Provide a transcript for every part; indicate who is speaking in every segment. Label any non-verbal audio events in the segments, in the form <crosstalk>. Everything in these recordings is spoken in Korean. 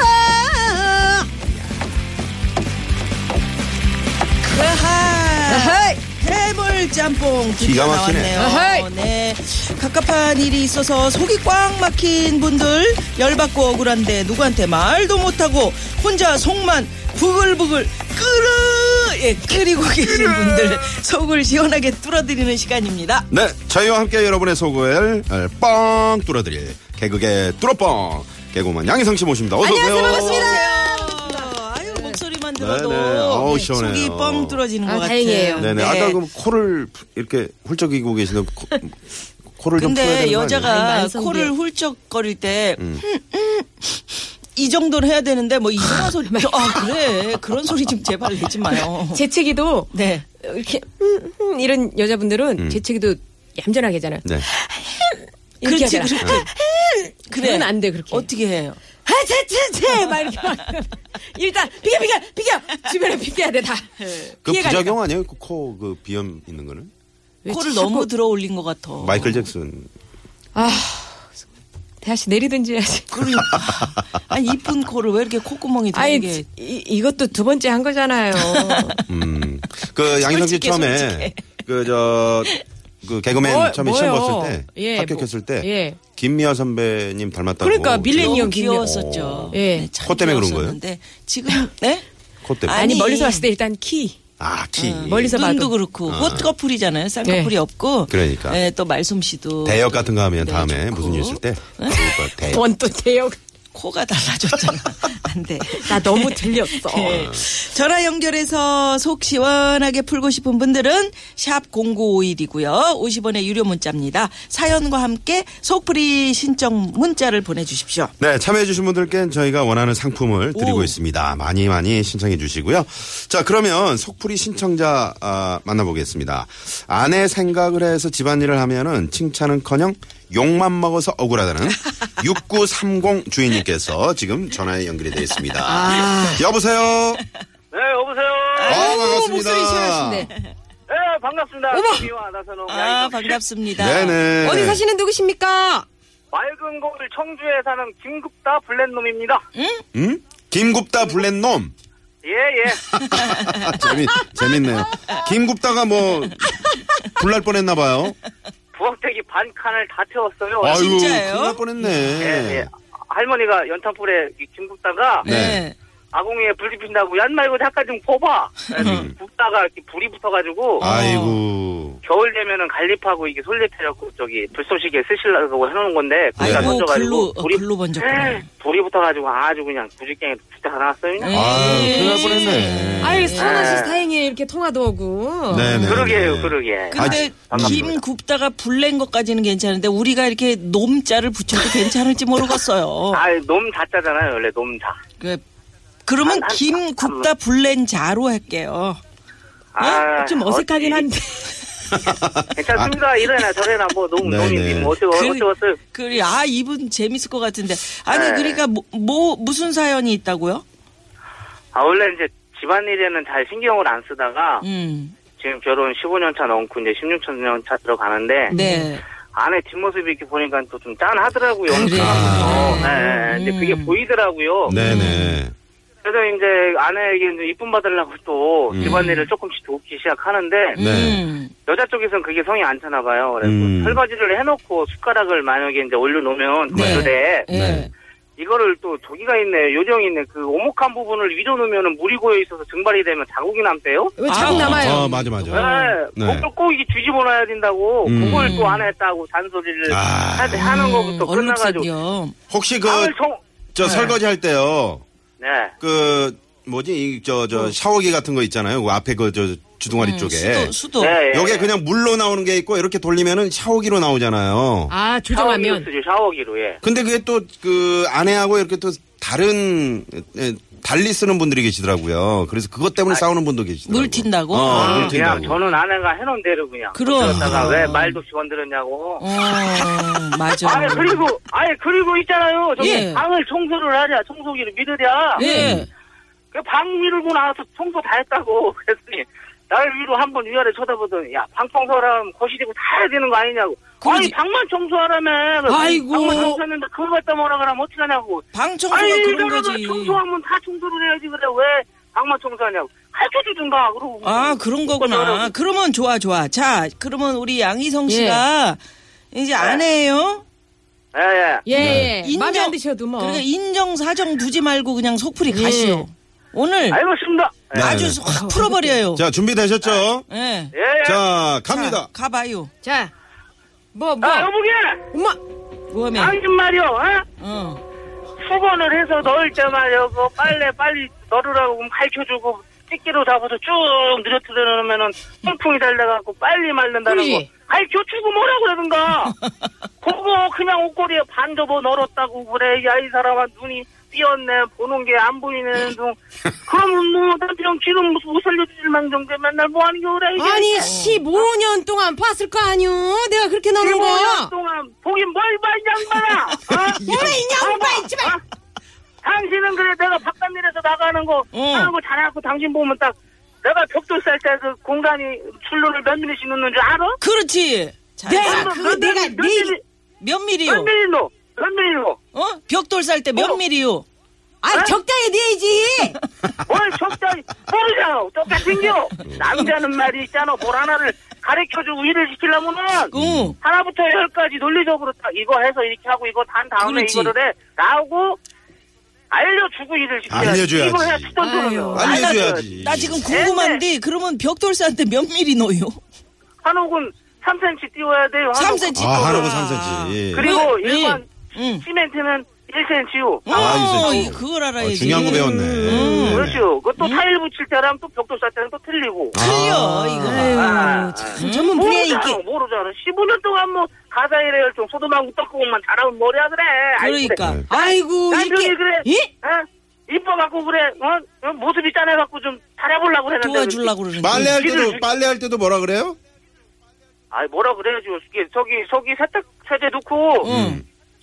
Speaker 1: 아하 해물짬뽕 드디어
Speaker 2: 기가 막히네.
Speaker 1: 나왔네요 네 갑갑한 일이 있어서 속이 꽉 막힌 분들 열받고 억울한데 누구한테 말도 못하고 혼자 속만 부글부글 끓으 예, 끓이고 계신 분들 속을 시원하게 뚫어드리는 시간입니다
Speaker 2: 네 저희와 함께 여러분의 속을 뻥 뚫어드릴 개그계 뚫어뻥 개그맨 양희성 씨 모십니다 어서 오세요
Speaker 1: 반갑습니다. 아유
Speaker 3: 네.
Speaker 1: 목소리만 들어도
Speaker 2: 네네. 어우,
Speaker 1: 네,
Speaker 2: 시원해요.
Speaker 1: 속이 뻥 뚫어지는 것
Speaker 3: 아,
Speaker 1: 같아요.
Speaker 3: 다행이에요.
Speaker 2: 네네 아까 그 코를 이렇게 훌쩍이고 계시는 코, 코를 좀 풀어야 되는
Speaker 1: 근데
Speaker 2: 거 아니에요?
Speaker 3: 아니,
Speaker 1: 여자가
Speaker 3: 만성비야.
Speaker 1: 코를 훌쩍거릴 때. 음, 음, 이 정도는 해야 되는데 뭐 이상한
Speaker 3: <laughs>
Speaker 1: 소리
Speaker 3: 네.
Speaker 1: 아 그래 그런 소리 좀 제발 내지 마요
Speaker 3: 재채기도
Speaker 1: 네
Speaker 3: 이렇게 음, 음, 이런 여자분들은
Speaker 2: 음.
Speaker 3: 재채기도 얌전하게 하잖아요.
Speaker 2: 네
Speaker 3: 이렇게
Speaker 1: 그렇지,
Speaker 3: 하잖아.
Speaker 1: 그렇지.
Speaker 3: 그건 안 돼 그렇게.
Speaker 1: <laughs> 어떻게 해요
Speaker 3: 아, 재채채 막 이렇게 막. 일단 비켜 비켜 비켜 주변에 비켜야 돼 다.
Speaker 2: 그
Speaker 3: 피해가니까.
Speaker 2: 부작용 아니에요 그 코 그 비염 있는 거는
Speaker 3: 왜
Speaker 1: 코를
Speaker 3: 자꾸
Speaker 1: 너무 들어 올린 것 같아
Speaker 2: 마이클 잭슨
Speaker 3: 대하 씨 내리든지 해야지.
Speaker 1: 그러니까 아니 이쁜 코를 왜 이렇게 콧구멍이
Speaker 3: 아니
Speaker 1: 들게
Speaker 3: 이, 이것도 두 번째 한 거잖아요.
Speaker 2: 음그 양희성 씨
Speaker 1: 솔직해,
Speaker 2: 처음에
Speaker 1: 솔직해.
Speaker 2: 그 저 그 개그맨
Speaker 3: 뭐-
Speaker 2: 처음에
Speaker 3: 뭐예요?
Speaker 2: 시험 봤을 때
Speaker 3: 예,
Speaker 2: 합격했을
Speaker 3: 뭐-
Speaker 2: 때
Speaker 3: 예.
Speaker 2: 김미아 선배님 닮았다고
Speaker 3: 그러니까 밀레-
Speaker 1: 너무
Speaker 3: 미니언
Speaker 1: 귀여웠었죠
Speaker 3: 김연- 예.
Speaker 1: 참
Speaker 2: 코 때문에 그런 거예요?
Speaker 1: 귀여웠었는데 지금 네
Speaker 2: 코 때문에
Speaker 3: 아니
Speaker 1: 아니.
Speaker 3: 멀리서 봤을 때 일단 키.
Speaker 2: 아, 키.
Speaker 3: 멀리서
Speaker 1: 눈도
Speaker 3: 봐도.
Speaker 1: 그렇고 꽃꺼풀이잖아요. 쌍꺼풀이
Speaker 3: 네.
Speaker 1: 없고
Speaker 2: 그러니까.
Speaker 1: 예, 또 말솜씨도
Speaker 2: 대역 같은 거 하면
Speaker 1: 네,
Speaker 2: 다음에
Speaker 1: 좋고.
Speaker 2: 무슨 일 있을
Speaker 3: <laughs>
Speaker 2: 때 그러니까 대역.
Speaker 3: 번또 대역.
Speaker 1: 코가 달라졌잖아. <laughs> 안 돼.
Speaker 3: 나 너무 들렸어.
Speaker 1: 예. 전화 연결해서 속 시원하게 풀고 싶은 분들은 샵 0951이고요. 50원의 유료 문자입니다. 사연과 함께 속풀이 신청 문자를 보내주십시오.
Speaker 2: 네, 참여해주신 분들께 저희가 원하는 상품을 드리고
Speaker 1: 오.
Speaker 2: 있습니다. 많이 많이 신청해주시고요. 자, 그러면 속풀이 신청자 아, 만나보겠습니다. 아내 생각을 해서 집안일을 하면은 칭찬은커녕 욕만 먹어서
Speaker 3: <laughs>
Speaker 2: 억울하다는 6930 주인님께서 지금 전화에 연결이 되어 있습니다.
Speaker 3: 아.
Speaker 2: 여보세요.
Speaker 4: 네, 여보세요.
Speaker 2: 아, 반갑습니다.
Speaker 3: 목소리 시원하신데.
Speaker 4: 네, 반갑습니다. 미와 나선홍.
Speaker 1: 아,
Speaker 4: 양희성.
Speaker 1: 반갑습니다.
Speaker 2: 네네.
Speaker 3: 어디 사시는 누구십니까?
Speaker 4: 맑은 고을 청주에 사는 김국다 블랙놈입니다.
Speaker 2: 음? 김굽다 블랙놈. 아,
Speaker 4: 예, <laughs> 예.
Speaker 2: 재미 재밌네요. 김굽다가 뭐 불날 뻔했나 봐요.
Speaker 4: 부엌대기 반 칸을 다 태웠어요.
Speaker 2: 아유,
Speaker 1: 진짜예요? 음.
Speaker 2: 큰일 날
Speaker 4: 예, 예.
Speaker 2: 뻔했네.
Speaker 4: 할머니가 연탄불에 이 김국다가
Speaker 2: 네.
Speaker 4: 아궁이에 불이 빛나고 얀 말고 잠깐 좀 퍼봐. 그래서 굽다가 이렇게 불이 붙어가지고
Speaker 1: 아.
Speaker 2: 아. 아이고.
Speaker 4: 겨울 되면은 갈잎하고 이게 솔잎해갖고 저기 불쏘시개 쓰시려고 해놓은 건데 거기다
Speaker 2: 네.
Speaker 1: 아이고,
Speaker 4: 던져가지고 예,
Speaker 1: 글로, 어, 글로
Speaker 4: 네.
Speaker 1: 번졌구나.
Speaker 4: 불이 붙어가지고 아주 그냥 구직경에 진짜 하나 왔어요. 그냥.
Speaker 2: 아유,
Speaker 1: 예.
Speaker 2: 큰일 날 뻔했네.
Speaker 3: 아유, 선아
Speaker 4: 네.
Speaker 3: 씨 다행히 이렇게 통화도 오고.
Speaker 2: 네네.
Speaker 4: 그러게요, 그러게.
Speaker 1: 근데
Speaker 4: 아, 지-
Speaker 1: 김 굽다가 불낸 것까지는 괜찮은데 우리가 이렇게 놈자를 붙여도 괜찮을지 모르겠어요.
Speaker 4: 아, 놈 자자잖아요, 원래 놈 자.
Speaker 1: 그, 그러면
Speaker 4: 안, 안,
Speaker 1: 김
Speaker 4: 안.
Speaker 1: 굽다 불낸 자로 할게요. 어? 예?
Speaker 4: 아,
Speaker 3: 좀 어색하긴 한데.
Speaker 4: 어찌- <laughs> 괜찮습니다. 이래나 저래나 뭐 놈,
Speaker 2: 네,
Speaker 4: 놈인지
Speaker 2: 네.
Speaker 4: 뭐 어쩌고
Speaker 1: 그-
Speaker 4: 어쩌고
Speaker 1: 그래 아 이분 재밌을 것 같은데 아니
Speaker 4: 네.
Speaker 1: 그러니까 뭐, 뭐 무슨 사연이 있다고요?
Speaker 4: 아 원래 이제 집안일에는 잘 신경을 안 쓰다가
Speaker 1: 음.
Speaker 4: 지금 결혼 15년 차 넘고 이제 16년 차 들어가는데
Speaker 1: 네.
Speaker 4: 아내 뒷모습 이렇게 보니까 또 좀 짠하더라고요. 어느
Speaker 1: 그래요.
Speaker 4: 순간부터. 네, 네. 이제 그게 보이더라고요.
Speaker 2: 네네.
Speaker 4: 그래서 이제 아내에게 이제 이쁨 받으려고 또
Speaker 2: 음.
Speaker 4: 집안일을 조금씩 돕기 시작하는데
Speaker 2: 네.
Speaker 1: 음.
Speaker 4: 여자 쪽에선 그게 성이 안 차나 봐요. 그래서
Speaker 2: 음.
Speaker 4: 설거지를 해놓고 숟가락을 만약에 이제 올려놓으면
Speaker 1: 네.
Speaker 4: 건조대에
Speaker 1: 예.
Speaker 2: 네.
Speaker 4: 이거를 또 저기가 있네 요정이 있네 그 오목한 부분을 위로 놓으면 물이 고여 있어서 증발이 되면 자국이 남대요.
Speaker 3: 왜 자꾸 남아요?
Speaker 2: 어, 맞아, 맞아.
Speaker 4: 네,
Speaker 2: 네.
Speaker 4: 그걸 꼭 이게 뒤집어 놔야 된다고
Speaker 2: 음.
Speaker 4: 그걸 또 안 했다고 잔소리를
Speaker 2: 아.
Speaker 4: 하- 하는 거부터 끝나가지고
Speaker 1: 얼룩새요.
Speaker 2: 혹시 그,
Speaker 4: 방을 총
Speaker 1: 네.
Speaker 2: 저 설거지 할 때요.
Speaker 4: 네.
Speaker 2: 그, 뭐지, 이, 저, 저, 샤워기 같은 거 있잖아요. 그 앞에 그, 저, 주둥아리 쪽에.
Speaker 1: 음. 수도 수도.
Speaker 4: 네, 예.
Speaker 2: 요게 그냥 물로 나오는 게 있고, 이렇게 돌리면은 샤워기로 나오잖아요.
Speaker 3: 아
Speaker 4: 샤워기로
Speaker 3: 조정하면
Speaker 4: 쓰죠 샤워기로 예.
Speaker 2: 근데 그게 또, 그, 아내하고 이렇게 또 다른, 에, 달리 쓰는 분들이 계시더라고요. 그래서 그것 때문에 싸우는 분도 계시더라고요.
Speaker 1: 아, 물 튄다고?
Speaker 2: 어,
Speaker 1: 아,
Speaker 2: 물
Speaker 4: 그냥
Speaker 2: 튄다고.
Speaker 4: 저는 아내가 해놓은 대로 그냥
Speaker 1: 그럼.
Speaker 4: 그러다가 왜 말도 없이 건드렸냐고.
Speaker 1: 어, 맞아.
Speaker 4: 아니 그리고 아니 그리고 있잖아요. 저기
Speaker 1: 예.
Speaker 4: 방을 청소를 하냐 청소기를 밀으랴.
Speaker 2: 음.
Speaker 1: 예.
Speaker 4: 그방 밀고 나와서 청소 다 했다고 <laughs> 그랬더니 날 위로 한 번 위아래 쳐다보더니 야방 청소하라면 거실 이고 다 해야 되는 거 아니냐고.
Speaker 1: 그러지.
Speaker 4: 아니 방만 청소하라면
Speaker 1: 아이고.
Speaker 4: 방만 청소했는데 그거 갖다 뭐라 그러면 어떡하냐고.
Speaker 1: 방 청소가
Speaker 4: 아니
Speaker 1: 그런
Speaker 4: 그러면
Speaker 1: 거지.
Speaker 4: 청소하면 다 청소를 해야지 그래 왜 방만 청소하냐고. 가르쳐주든가 그러고.
Speaker 1: 아, 그런 거구나.
Speaker 4: 그러더라고.
Speaker 1: 그러면 좋아, 좋아. 자, 그러면 우리 양희성 씨가 이제 아내예요.
Speaker 4: 예 예.
Speaker 3: 예예
Speaker 1: 인정-
Speaker 3: 마음에 안 드셔도 뭐
Speaker 1: 그러니까 인정 사정 두지 말고 그냥 속풀이
Speaker 4: 예.
Speaker 1: 가시오. 오늘
Speaker 4: 알겠습니다. 예.
Speaker 2: 네.
Speaker 1: 아주 확 풀어버려요.
Speaker 2: 자, 준비되셨죠?
Speaker 1: 예.
Speaker 4: 예, 예.
Speaker 2: 자, 갑니다.
Speaker 1: 가봐요.
Speaker 3: 자, 뭐, 뭐,
Speaker 4: 아, 여보게!
Speaker 3: 엄마,
Speaker 1: 뭐하면?
Speaker 4: 당신 말이요, 어?
Speaker 1: 어.
Speaker 4: 수건을 해서 넣을 때만 여보 빨래 빨리 넣으라고 가르쳐주고 찍기로 잡아서 쭉 늘어뜨려놓으면은 풍풍이 달려갖고 빨리 말른다는 거
Speaker 3: 그러지.
Speaker 4: 가르쳐주고 뭐라
Speaker 3: <laughs>
Speaker 4: 그러든가 그거 그냥 옷걸이에 반 접어 널었다고 그래 야 이 사람아 눈이 띄었네 보는 게 안 보이는 둥 그럼 뭐 남편 지금 못 살려주질 망정돼 맨날 뭐하는 게 그래 이게
Speaker 3: 아니, 15년 동안 봤을 거 아니오? 내가 그렇게 나오는
Speaker 4: 15년
Speaker 3: 거야?
Speaker 4: 동안 보긴 뭘 봐, 이 양반아! 어?
Speaker 3: <laughs> 뭐래, 이 양반, 이 집안.
Speaker 4: 어? 당신은 그래, 내가 바깥 일에서 나가는 거,
Speaker 1: 어.
Speaker 4: 하는 거 잘하고 당신 보면 딱, 내가 벽돌 쌀 때 그 공간이 출로를 몇 밀리씩 넣는 줄 알아?
Speaker 1: 그렇지. 자,
Speaker 3: 내가,
Speaker 4: 몇 밀-
Speaker 3: 그거
Speaker 4: 몇 밀리-
Speaker 3: 내가, 네
Speaker 4: 몇
Speaker 3: 내 얘기,
Speaker 4: 밀리-
Speaker 1: 몇
Speaker 4: 몇
Speaker 1: 밀이요?
Speaker 4: 밀리 넣어? 몇 밀리 넣어?
Speaker 1: 어? 벽돌 쌀 때 몇
Speaker 4: 어.
Speaker 1: 밀이요?
Speaker 3: 아, 적당히 내야지!
Speaker 4: 뭘 적당히 모르잖아. 똑같은 겨. 남자는 말이 있잖아. 뭘 하나를 가르쳐주고 일을 시키려면은,
Speaker 3: 어,
Speaker 2: 음.
Speaker 1: 응.
Speaker 4: 하나부터 열까지 논리적으로 딱 이거 해서 이렇게 하고 이거 단 다음에
Speaker 1: 그렇지.
Speaker 4: 이거를 해 라고 알려주고 일을 시켜야지
Speaker 2: 알려줘야지.
Speaker 4: 이거 해야 듣던
Speaker 3: 아유.
Speaker 4: 소리예요
Speaker 2: 알려줘야지.
Speaker 1: 나 지금 궁금한데 그러면 벽돌 쌀 때 몇 밀이 넣어요?
Speaker 4: 한옥은 3cm 띄워야 돼요 한옥은.
Speaker 1: 3cm.
Speaker 2: 아, 예. 하라고 3cm.
Speaker 4: 그리고
Speaker 3: 네.
Speaker 4: 일반
Speaker 1: 응.
Speaker 4: 시멘트는 1cm요
Speaker 2: 아,
Speaker 1: 어,
Speaker 2: 이 새끼.
Speaker 1: 그걸
Speaker 2: 어,
Speaker 1: 알아야지. 음.
Speaker 2: 중요한 거 배웠네. 네.
Speaker 4: 그렇죠 그또 타일 붙일 때랑 또 벽돌 쌀 때는 또 틀리고
Speaker 2: 아.
Speaker 1: 아, 틀려, 이거. 음.
Speaker 3: 아유,
Speaker 4: 아.
Speaker 3: 참, 전문 분야에
Speaker 4: 모르잖아
Speaker 3: 있게.
Speaker 4: 모르잖아 15년 동안 뭐 가사일의 열정 소도망고 떡국만 잘하면 뭐래야 그래 아이, 그래.
Speaker 2: 음.
Speaker 1: 그러니까.
Speaker 3: 아이고,
Speaker 4: 난
Speaker 3: 이렇게.
Speaker 4: 저기 그래.
Speaker 3: 예?
Speaker 4: 어? 이뻐갖고 그래 어? 어? 모습이 짠해갖고 좀 잘해보려고 했는데
Speaker 1: 도와주려고 그러는데.
Speaker 2: 빨래할 때도, 빨래할 때도 뭐라 그래요?
Speaker 4: 아이 뭐라 그래야죠. 이게 저기 저기 세탁 세제 넣고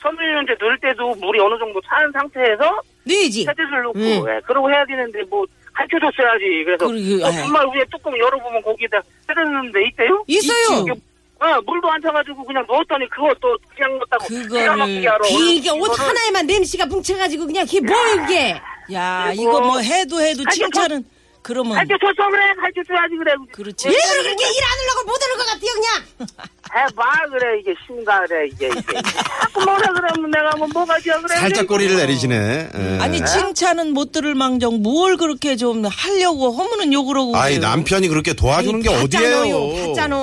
Speaker 4: 섬유유연제 넣을 때도 물이 어느 정도 차는 상태에서
Speaker 1: 네,
Speaker 3: 내야지.
Speaker 4: 세제를 넣고
Speaker 3: 음.
Speaker 4: 예, 그러고 해야 되는데 뭐 가르쳐줬어야지. 그래서
Speaker 1: 그러게,
Speaker 4: 어,
Speaker 1: 예.
Speaker 4: 정말 위에 뚜껑 열어보면 거기다 세제 넣는데 있대요?
Speaker 3: 있어요.
Speaker 1: 있죠.
Speaker 4: 어, 물도 안 차가지고 그냥 넣었더니 그거 또 그냥 넣었다고
Speaker 1: 그거를
Speaker 4: 기가 막히게 알아.
Speaker 3: 이게 옷
Speaker 4: 이거를.
Speaker 3: 하나에만 냄새가 뭉쳐가지고 그냥 그게 뭐야, 이게.
Speaker 1: 아. 야,
Speaker 4: 그리고-
Speaker 1: 이거 뭐 해도 해도
Speaker 4: 아니,
Speaker 1: 칭찬은 그러면
Speaker 4: 가르쳐줬어 그래 가르쳐줘야지 그래.
Speaker 1: 그렇지.
Speaker 2: 예?
Speaker 3: 일부러 그렇게 일 안 하려고 못 하는 것 같아요, 그냥.
Speaker 4: 해봐 그래 이게 심각해 이게 이게. 자꾸 뭐라 그러면 내가 뭐 뭐가 지어 그래.
Speaker 2: 살짝
Speaker 4: 이게.
Speaker 2: 꼬리를 내리시네. 예.
Speaker 1: 아니 칭찬은 못 들을 망정 뭘 그렇게 좀 하려고 허무는 욕을 하고
Speaker 2: 아이
Speaker 1: 그래요.
Speaker 2: 남편이 그렇게 도와주는 게 어디예요?
Speaker 3: 봤잖아.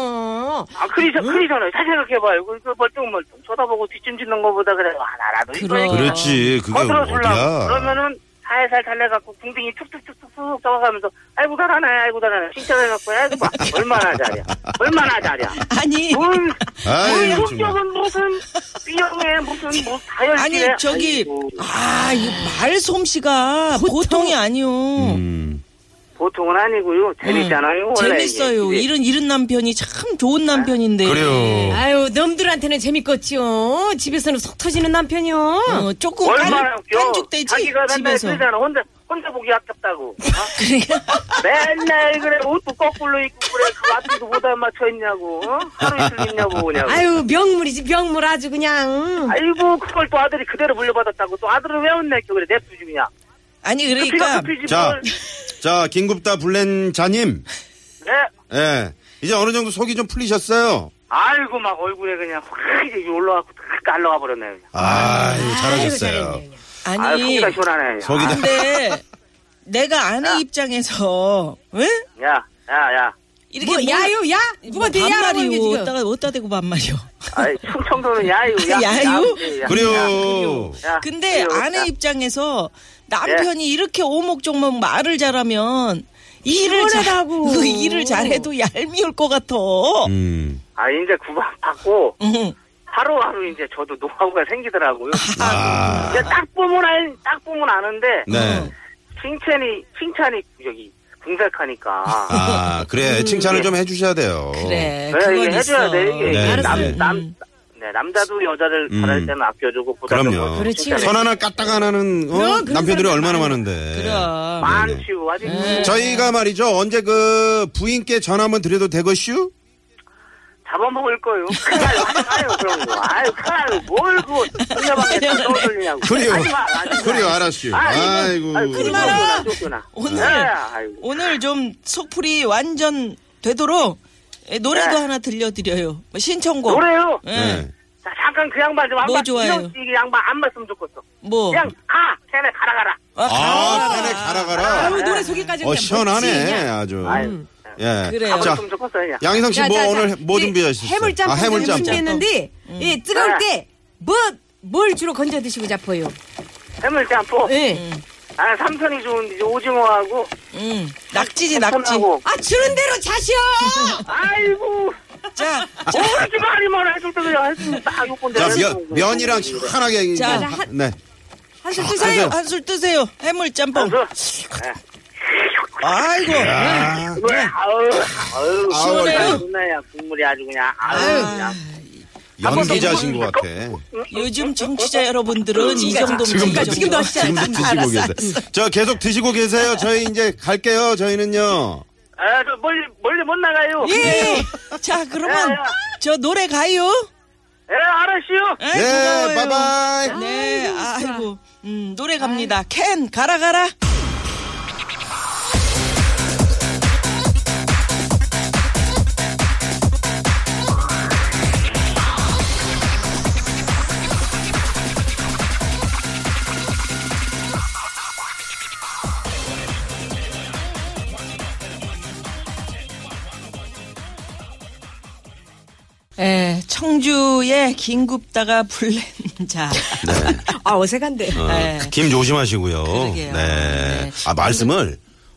Speaker 4: 아, 그리죠, 그리잖아요. 다시 생각해봐요. 그, 그 멀뚱멀뚱 쳐다보고 뒷짐 짓는 것보다 그래, 와, 나라도
Speaker 1: 그럼.
Speaker 4: 이거
Speaker 2: 그렇지 그게 어디야?
Speaker 4: 그러면은 살살 달래갖고 궁둥이 툭툭툭툭툭 떠가면서 아이고 잘하네, 아이고 잘하네. 칭찬해갖고 아이고 봐. 얼마나 잘해. 얼마나 잘해.
Speaker 1: 아니
Speaker 4: 뭔,
Speaker 2: 아이고,
Speaker 4: 뭔
Speaker 2: 정말.
Speaker 4: 성격은 무슨 비용에 무슨 뭐 다혈질에.
Speaker 1: 아니 저기
Speaker 4: 아이고,
Speaker 1: 아 이 말솜씨가 보통... 이 아니요
Speaker 2: 음.
Speaker 4: 보통은 아니고요. 재밌잖아요. 원래 이게.
Speaker 1: 재밌어요
Speaker 4: 이게.
Speaker 1: 이런 이런 남편이 참 좋은 남편인데
Speaker 2: 그래요.
Speaker 3: 아유, 놈들한테는 재밌겠지요. 집에서는 속 터지는 남편이요.
Speaker 1: 어, 조금
Speaker 4: 뭐 얼마나 웃겨.
Speaker 1: 깐죽대지
Speaker 4: 자기가 맨날
Speaker 1: 집에서
Speaker 4: 쓰잖아. 혼자, 혼자 보기 아깝다고.
Speaker 1: <laughs>
Speaker 4: 어? 맨날 그래. 옷도 거꾸로 입고 그래. 그 앞뒤도 못 맞춰있냐고. 어? 하루 이틀 입냐고 오냐고.
Speaker 3: 아유, 명물이지, 명물 아주 그냥. 뭐,
Speaker 4: 아이고 그걸 또 아들이 그대로 물려받았다고. 또 아들은 왜 혼내? 그래. 냅두지 그냥.
Speaker 1: 아니
Speaker 4: 피가
Speaker 1: 그러니까
Speaker 4: 급히지
Speaker 2: 자,
Speaker 4: 뭘.
Speaker 2: 자 긴급다 불렌자님,
Speaker 4: 네.
Speaker 2: 예, 이제 어느 정도 속이 좀 풀리셨어요.
Speaker 4: 아이고 막 얼굴에 그냥 확 이제 올라와갖고 탁 깔러가 버렸네. 그냥.
Speaker 2: 아,
Speaker 3: 아이고,
Speaker 2: 잘하셨어요.
Speaker 3: 잘했네, 그냥.
Speaker 1: 아니.
Speaker 4: 아, 속이다 시원하네.
Speaker 2: 속이- 거기다.
Speaker 4: <laughs>
Speaker 1: 근데 내가 아내
Speaker 4: 야.
Speaker 1: 입장에서 왜?
Speaker 4: 야, 야, 야.
Speaker 1: 이렇게
Speaker 3: 뭐,
Speaker 1: 뭘-
Speaker 3: 야요, 야? 누가 내 야라고 이게
Speaker 1: 반말이요.
Speaker 3: 지금.
Speaker 1: 어디다가 어디다 대고 반말이요.
Speaker 4: 아이, 충청도는 야유,
Speaker 1: <laughs>
Speaker 4: 야.
Speaker 1: 야유?
Speaker 4: 야유, 야.
Speaker 3: 아,
Speaker 2: 그래요.
Speaker 4: 야,
Speaker 1: 근데
Speaker 4: 그래요.
Speaker 1: 아내
Speaker 4: 야.
Speaker 1: 입장에서 남편이
Speaker 4: 예.
Speaker 1: 이렇게 오목조목 말을 잘하면 일을 잘,
Speaker 3: 시원하다고.
Speaker 1: <laughs> 그 일을 잘해도 얄미울 것 같아. 음.
Speaker 2: 음.
Speaker 4: 아, 이제 구박 받고
Speaker 1: 응.
Speaker 4: 하루하루 이제 저도 노하우가 생기더라고요.
Speaker 2: 아.
Speaker 4: 이제 딱 보면 알, 딱 보면 아는데
Speaker 3: 어.
Speaker 2: 네.
Speaker 4: 칭찬이 칭찬이 여기 궁색하니까.
Speaker 2: 아,
Speaker 3: 음.
Speaker 2: 그래. 칭찬을 좀 해주셔야 돼요.
Speaker 1: 그래,
Speaker 4: 그래,
Speaker 1: 네, 그건
Speaker 4: 네, 이게
Speaker 1: 있어.
Speaker 4: 해줘야 돼 이게.
Speaker 2: 네,
Speaker 4: 남,
Speaker 2: 네.
Speaker 4: 남, 네, 남자도 여자를
Speaker 2: 음.
Speaker 4: 바랄 때는 아껴주고 보다
Speaker 2: 그럼요.
Speaker 3: 그렇지.
Speaker 2: 선 하나 까딱 안 하는 어?
Speaker 3: 그럼 그런
Speaker 2: 남편들이
Speaker 3: 사람들
Speaker 2: 얼마나
Speaker 3: 많아요.
Speaker 2: 많은데.
Speaker 1: 그럼.
Speaker 4: 네. 많지요 아직.
Speaker 2: 네, 저희가 말이죠. 언제 그 부인께 전화 한번 드려도 되겠슈?
Speaker 4: 잡아먹을 거요. 아유, 아유 그런 거. 아유, 아유 뭘 그거 혼자밖에 떠돌리냐고.
Speaker 2: 그래요.
Speaker 4: 하지 마, 하지 마.
Speaker 2: 그래요, 알았슈.
Speaker 4: 아이고,
Speaker 2: 아이고.
Speaker 4: 아이고, 쫓겨나, 쫓겨나.
Speaker 1: 오늘.
Speaker 4: 네, 아이고.
Speaker 1: 오늘 좀 속풀이 완전 되도록 예, 노래도
Speaker 4: 네.
Speaker 1: 하나 들려드려요. 뭐 신청곡.
Speaker 4: 노래요.
Speaker 1: 예.
Speaker 2: 네.
Speaker 4: 자, 잠깐 그 양반 좀안
Speaker 1: 뭐
Speaker 4: 봤.
Speaker 1: 좋아해요?
Speaker 4: 이게 양반 안 봤으면 좋겠어.
Speaker 1: 뭐.
Speaker 4: 그냥 가, 걔네 가라 가라.
Speaker 1: 아,
Speaker 2: 아,
Speaker 1: 가라.
Speaker 2: 편에 가라
Speaker 3: 아우,
Speaker 2: 가라.
Speaker 4: 네.
Speaker 3: 노래 소개까지
Speaker 2: 어,
Speaker 3: 그냥 멋지냐.
Speaker 2: 시원하네. 아주.
Speaker 4: 아유,
Speaker 2: 예.
Speaker 1: 그래요.
Speaker 2: 자,
Speaker 4: 가봤으면 좋겠어 그냥.
Speaker 2: 양희성 씨
Speaker 3: 자,
Speaker 2: 뭐
Speaker 3: 자, 자.
Speaker 2: 오늘 뭐
Speaker 3: 이
Speaker 2: 준비하셨어요?
Speaker 3: 해물짬뽕
Speaker 2: 아, 해물짬뽕.
Speaker 3: 준비했는데 <laughs>
Speaker 1: 음.
Speaker 3: 이 뜨거울 때뭐뭘 주로 건져 드시고 잡어요?
Speaker 4: 해물짬뽕.
Speaker 3: 예.
Speaker 4: 아, 삼선이 좋은 이제 오징어하고.
Speaker 1: 음, 낙지지, 낙지.
Speaker 4: 삼선하고.
Speaker 3: 아 주는 대로 자셔.
Speaker 4: 아이고.
Speaker 1: 자,
Speaker 4: 오징어 아니면 해줄 때 그냥 해주면 딱 요건데.
Speaker 2: 자, 면, 면이랑 시원하게.
Speaker 1: 자,
Speaker 2: 이제
Speaker 1: 자,
Speaker 2: 한- 네.
Speaker 1: 한술 뜨세요.
Speaker 2: 아,
Speaker 1: 한술 뜨세요.
Speaker 4: 아,
Speaker 1: 해물짬뽕. 아이고. 네.
Speaker 2: 아,
Speaker 4: 아우, 아우,
Speaker 2: 시원해요.
Speaker 4: 아우, 누나야, 국물이 아주 그냥, 아우, 그냥.
Speaker 2: 연기자신 것 같아.
Speaker 1: 요즘 정치자 여러분들은 이
Speaker 2: 지금도
Speaker 1: 정도면 진짜
Speaker 2: 지금도
Speaker 1: 정치자.
Speaker 2: 지금도 드시고 계세요. 저 계속 드시고 계세요. 저희 이제 갈게요. 저희는요.
Speaker 4: 아, 저 멀리, 멀리 못 나가요.
Speaker 1: 예. 자, 그러면
Speaker 4: 야, 야.
Speaker 1: 저 노래 가요.
Speaker 4: 예, 알았어요.
Speaker 1: 예,
Speaker 2: 예,
Speaker 1: 고마워요.
Speaker 2: 바이바이.
Speaker 1: 네, 아이고. 음, 노래 갑니다. 캔 가라 가라. 예, 청주의 긴급다가 불낸 자.
Speaker 2: 네.
Speaker 1: <laughs>
Speaker 3: 아 어색한데.
Speaker 1: 예.
Speaker 2: 김 조심하시고요. 네.
Speaker 1: 그러게요. 네.
Speaker 2: 아, 말씀을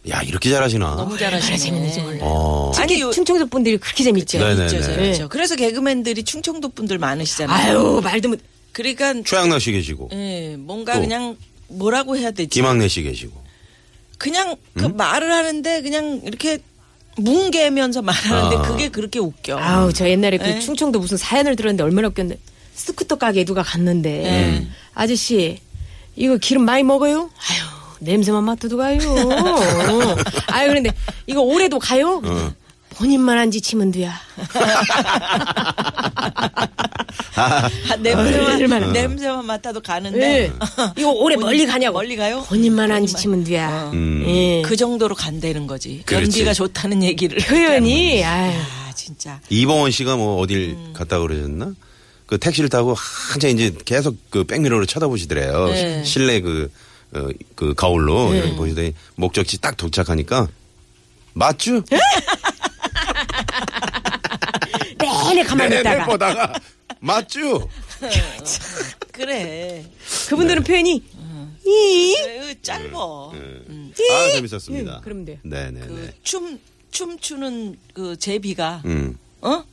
Speaker 2: 야, 이렇게 잘하시나?
Speaker 1: 너무 잘하시네.
Speaker 2: 어.
Speaker 1: 아, 아니, 요,
Speaker 3: 충청도 분들이 그렇게 재밌죠.
Speaker 2: 네네.
Speaker 1: 있죠,
Speaker 2: 네네.
Speaker 1: 재밌죠. 그래서 개그맨들이 충청도 분들 많으시잖아요.
Speaker 3: 아유 말도 못.
Speaker 1: 그러니까
Speaker 2: 최양락 씨 계시고
Speaker 1: 예, 뭔가
Speaker 2: 또.
Speaker 1: 그냥 뭐라고 해야 되지?
Speaker 2: 김학래 씨 계시고.
Speaker 1: 그냥 그
Speaker 2: 음?
Speaker 1: 말을 하는데 그냥 이렇게 뭉개면서 말하는데
Speaker 2: 아.
Speaker 1: 그게 그렇게 웃겨.
Speaker 3: 아우 저 옛날에 그
Speaker 1: 네.
Speaker 3: 충청도 무슨 사연을 들었는데 얼마나 웃겼는데 스쿠터 가게에 누가 갔는데
Speaker 1: 네.
Speaker 3: 아저씨 이거 기름 많이 먹어요? 아유 냄새만
Speaker 1: <laughs>
Speaker 3: 맡아도 가요. 아유 그런데 이거 올해도 가요?
Speaker 1: 어.
Speaker 3: 본인만 안 지치면 돼야.
Speaker 1: 아, 냄새만
Speaker 3: 얼마나.
Speaker 1: 냄새만 맡아도 가는데
Speaker 3: 예.
Speaker 1: <laughs>
Speaker 3: 이거 올해
Speaker 1: 네. 본인-
Speaker 3: 멀리 가냐고.
Speaker 1: 멀리 가요?
Speaker 3: 본인만 안 지치면 돼야.
Speaker 2: 음.
Speaker 3: 예.
Speaker 1: 그 정도로 간다는 거지.
Speaker 2: 그렇지.
Speaker 1: 연기가 좋다는 얘기를.
Speaker 3: 표현이 아유.
Speaker 1: 아 진짜.
Speaker 2: 이봉원 씨가 뭐 어딜
Speaker 3: 음.
Speaker 2: 갔다 그러셨나? 그 택시를 타고 한참 이제 계속 그 백미러로 쳐다보시더래요.
Speaker 1: 네.
Speaker 2: 실내 그, 어, 그 거울로
Speaker 3: 네.
Speaker 2: 이렇게 보시더니 목적지 딱 도착하니까 맞쥬?
Speaker 3: 내내
Speaker 1: 네,
Speaker 3: 가만히
Speaker 2: 내내
Speaker 3: 있다가
Speaker 2: 네, 보다가
Speaker 3: <laughs>
Speaker 2: 맞쥬?
Speaker 1: 그래.
Speaker 3: 그분들은 표현이
Speaker 1: 음.
Speaker 3: 이
Speaker 1: 그래, 짧어.
Speaker 2: 아 재밌었습니다.
Speaker 3: 그러면 돼요.
Speaker 2: 네네네.
Speaker 1: 춤 춤추는 그 제비가
Speaker 2: 음,
Speaker 1: 어?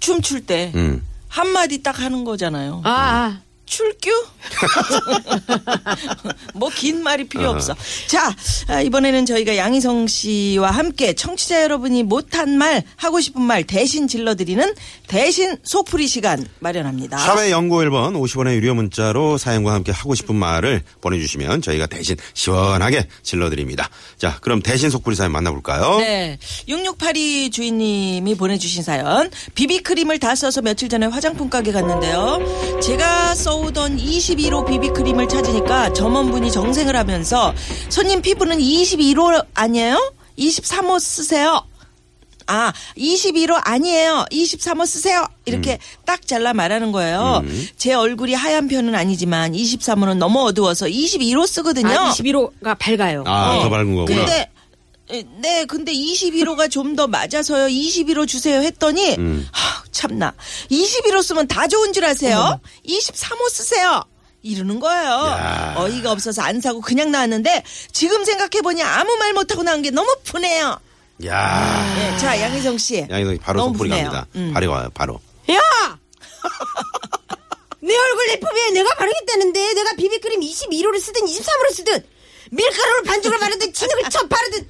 Speaker 1: 춤출 때
Speaker 2: 음.
Speaker 1: 한마디 딱 하는 거잖아요.
Speaker 3: 아, 아.
Speaker 1: 출규? <laughs> 뭐 긴 말이 필요 없어. 자, 아, 이번에는 저희가 양희성 씨와 함께 청취자 여러분이 못한 말, 하고 싶은 말 대신 질러드리는 대신 소풀이 시간
Speaker 3: 아.
Speaker 1: 마련합니다.
Speaker 2: 샵의 연구 1번 50원의 유료 문자로 사연과 함께 하고 싶은 말을 보내주시면 저희가 대신 시원하게 질러드립니다. 자, 그럼 대신 속풀이 사연 만나볼까요?
Speaker 1: 네. 6682 주인님이 보내주신 사연. 비비크림을 다 써서 며칠 전에 화장품 가게 갔는데요. 제가 써오던 21호 비비크림을 찾으니까 점원분이 정생을 하면서 손님 피부는 21호 아니에요? 23호 쓰세요. 아, 21호 아니에요. 23호 쓰세요. 이렇게 딱 잘라 말하는 거예요. 제 얼굴이 하얀 편은 아니지만 23호는 너무 어두워서 21호 쓰거든요.
Speaker 3: 아, 21호가 밝아요.
Speaker 2: 아, 더 밝은 거구나.
Speaker 1: 어. 근데 에, 네, 근데 21호가 좀 더 맞아서요. 21호 주세요 했더니
Speaker 2: 음.
Speaker 1: 하, 참나. 21호 쓰면 다 좋은 줄 아세요? 23호 쓰세요. 이러는 거예요. 어이가 없어서 안 사고 그냥 나왔는데 지금 생각해 보니 아무 말 못하고 나온 게 너무 푸네요.
Speaker 2: 야
Speaker 1: 네, 자 양희성 씨.
Speaker 2: 아. 양희성이 바로
Speaker 1: 너무
Speaker 2: 속풀이
Speaker 1: 분해요.
Speaker 2: 갑니다.
Speaker 1: 음.
Speaker 2: 바로 와요, 바로.
Speaker 3: 야! <laughs> 내 얼굴 내품에 내가 바르겠다는데 내가 비비크림 21호를 쓰든 23호를 쓰든 밀가루를 반죽을 바르든 진흙을 쳐 바르든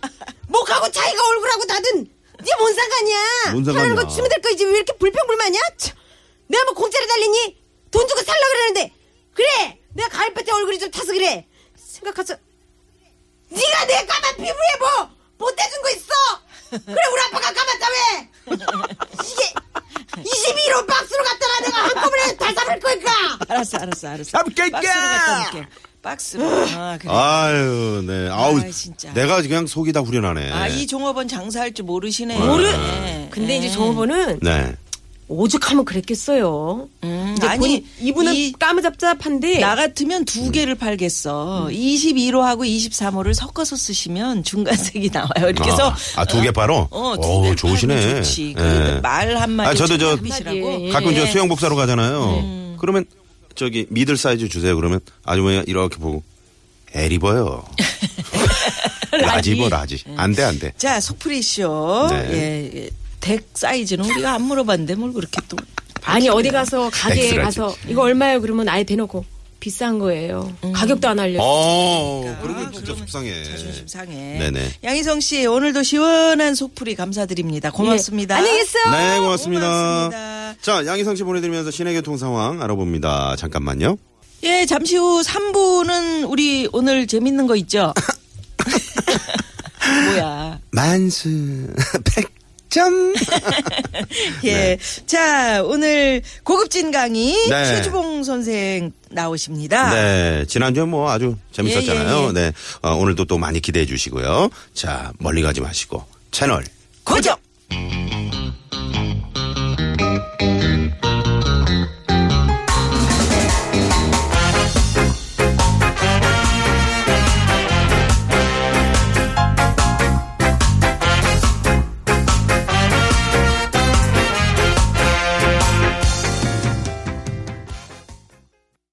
Speaker 3: 목하고 자기가 얼굴하고 나든 이게 뭔 상관이야
Speaker 2: 뭔 상관이야.
Speaker 3: 하는 거 주면 될 거지 왜 이렇게 불평불만이야? 참, 내가 뭐 공짜로 달리니? 돈 주고 살라 그러는데 그래 내가 가을밭에 얼굴이 좀 타서 그래 생각해서 네가 내 까만 피부에 뭐 못해준 거 있어 그래 우리 아빠가 까맣다 왜 이게 21호 박스로 갖다가 내가 한꺼번에 다 잡을 거니까
Speaker 1: 알았어, 알았어, 알았어.
Speaker 2: 잡을게,
Speaker 1: 박스로 갖다 놓게. 박스로. 아, 그래.
Speaker 2: 아유, 네. 아우,
Speaker 1: 아이, 진짜.
Speaker 2: 내가 그냥 속이 다 후련하네. 아.
Speaker 1: 아, 이 종업원 장사할 줄 모르시네.
Speaker 3: 모르.
Speaker 1: 네.
Speaker 3: 근데 이제 저분은
Speaker 2: 네.
Speaker 3: 오죽하면 그랬겠어요.
Speaker 1: 음,
Speaker 3: 이제
Speaker 1: 아니,
Speaker 3: 본인- 이분은
Speaker 1: 이-
Speaker 3: 까무잡잡한데
Speaker 1: 나 같으면 두 개를 팔겠어. 21호하고 23호를 섞어서 쓰시면 중간색이 나와요. 이렇게 해서.
Speaker 2: 아, 두 개 바로?
Speaker 1: 어, 두
Speaker 2: 오,
Speaker 1: 개를
Speaker 2: 좋으시네.
Speaker 1: 팔면 좋지. 그
Speaker 2: 예.
Speaker 1: 말 한마디.
Speaker 2: 아, 저도 저
Speaker 3: 예.
Speaker 2: 가끔 저 수영 복사로 가잖아요.
Speaker 1: 음.
Speaker 2: 그러면 저기 미들 사이즈 주세요. 그러면 아주머니가 이렇게 보고 애
Speaker 1: <laughs>
Speaker 2: 입어요. 라지 입어 라지.
Speaker 1: 네.
Speaker 2: 안 돼, 안 돼.
Speaker 1: 자, 소프리쇼.
Speaker 2: 네.
Speaker 1: 예, 예. 덱 사이즈는 우리가 안 물어봤는데 뭘 그렇게 또.
Speaker 3: 아니 어디 가서 가게에
Speaker 2: 엑스라지.
Speaker 3: 가서 이거 얼마예요? 그러면 아예 대놓고 비싼 거예요. 가격도 안 알려. 요
Speaker 2: 어,
Speaker 1: 그러니까. 아,
Speaker 2: 그러면 진짜 속상해.
Speaker 1: 자존심 상해.
Speaker 2: 네네.
Speaker 1: 양희성 씨, 예. 오늘도 시원한 소프리 감사드립니다. 고맙습니다.
Speaker 3: 안녕히 계세요.
Speaker 2: 네, 고맙습니다.
Speaker 1: 고맙습니다.
Speaker 2: 자, 양희성 씨 보내드리면서 시내 교통 상황 알아봅니다. 잠깐만요.
Speaker 1: 예, 잠시 후 3부는 우리 오늘 재밌는
Speaker 2: <laughs>
Speaker 1: 거 있죠? 뭐야.
Speaker 2: 만수, <laughs> 백점.
Speaker 1: 예. 자, 오늘 고급진 강의
Speaker 2: 네.
Speaker 1: 최주봉 선생 나오십니다.
Speaker 2: 네, 지난주에 뭐 아주 재밌었잖아요.
Speaker 1: 예, 예, 예.
Speaker 2: 네, 어, 오늘도 또 많이 기대해 주시고요. 자, 멀리 가지 마시고 채널
Speaker 1: 고정!